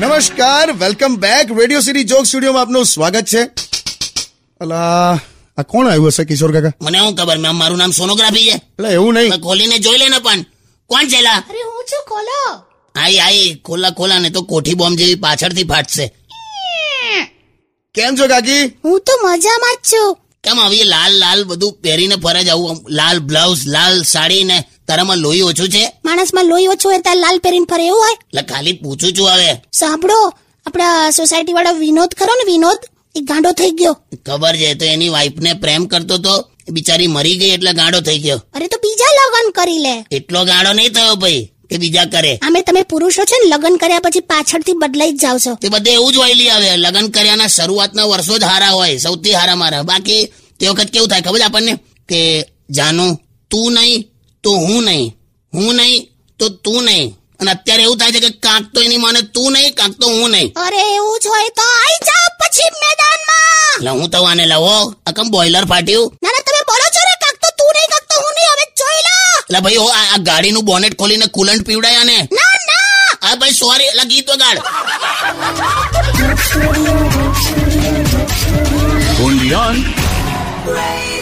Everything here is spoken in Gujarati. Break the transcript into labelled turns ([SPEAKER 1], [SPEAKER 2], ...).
[SPEAKER 1] નમસ્કાર welcome back Radio City jock સ્ટુડિયોમાં આપનું સ્વાગત છે અલા આ કોણ આવ્યું હશે કિશોર કાકા
[SPEAKER 2] મને શું ખબર મેમ મારું નામ સોનોગ્રાફી છે
[SPEAKER 1] એટલે એવું
[SPEAKER 2] તો
[SPEAKER 1] નહીં
[SPEAKER 2] ખોલીને જોઈ લે ને પણ કોણ છે લા
[SPEAKER 3] અરે હું છું ખોલો
[SPEAKER 2] આઈ આઈ ખોલા ખોલા ને તો કોઠી બોમ્બ જેવી પાછળથી ફાટશે
[SPEAKER 1] કેમ છો કાકી
[SPEAKER 3] હું તો મજામાં જ છું
[SPEAKER 2] કેમ આવી લાલ લાલ બધું પહેરીને ફરે જ આવું આમ લાલ બ્લાઉઝ લાલ સાડી ને તારામાં લોહી ઓછું છે
[SPEAKER 3] માણસમાં લોહી ઓછું હોય ત્યારે લાલ પહેરીને ફરે એવું હોય
[SPEAKER 2] એટલે ખાલી પૂછું છું હવે
[SPEAKER 3] સાંભળો આપણા સોસાયટી વાળો વિનોદ ખરો ને વિનોદ એ ગાંડો થઈ ગયો
[SPEAKER 2] ખબર છે તો એની વાઈફને પ્રેમ કરતો તો એ બિચારી મરી ગઈ એટલે ગાંડો થઈ ગયો
[SPEAKER 3] અરે તો બીજા લગ્ન કરી લે
[SPEAKER 2] એટલો ગાંડો નહીં થયો ભાઈ કે બીજા કરે
[SPEAKER 3] આમે તમે પુરુષો છે ને લગ્ન કર્યા પછી પાછળથી બદલાઈ જ જાવ છો
[SPEAKER 2] તે બધે એવું જ વાયલી આવે લગ્ન કર્યાના શરૂઆતના વર્ષો જ હારા હોય સૌથી હારા મારા બાકી તે વખત કેવું થાય ખબર છે આપણને કે જાનું તું નહીં તો હું નહીં હું નહીં તો તું નહીં અને અત્યારે એવું થાય છે કે કાંક તો એની માને તું નહીં કાંક તો હું નહીં
[SPEAKER 3] અરે એવું જ હોય તો આઈ જાઓ પછી મેદાનમાં
[SPEAKER 2] એટલે હું તો આને લાવો અકમ બોઈલર ફાટ્યું
[SPEAKER 3] ના ના તમે બોલો છો ને કાક તો તું નહીં કાક તો હું નહીં હવે જોઈ લો
[SPEAKER 2] એટલે ભાઈ હો આ આ ગાડીનું બોનેટ ખોલીને કુલન્ટ પીવડાય ને
[SPEAKER 3] ના ના
[SPEAKER 2] હા ભાઈ સોરી એટલે ગીત વગાડ
[SPEAKER 4] only on
[SPEAKER 3] Radio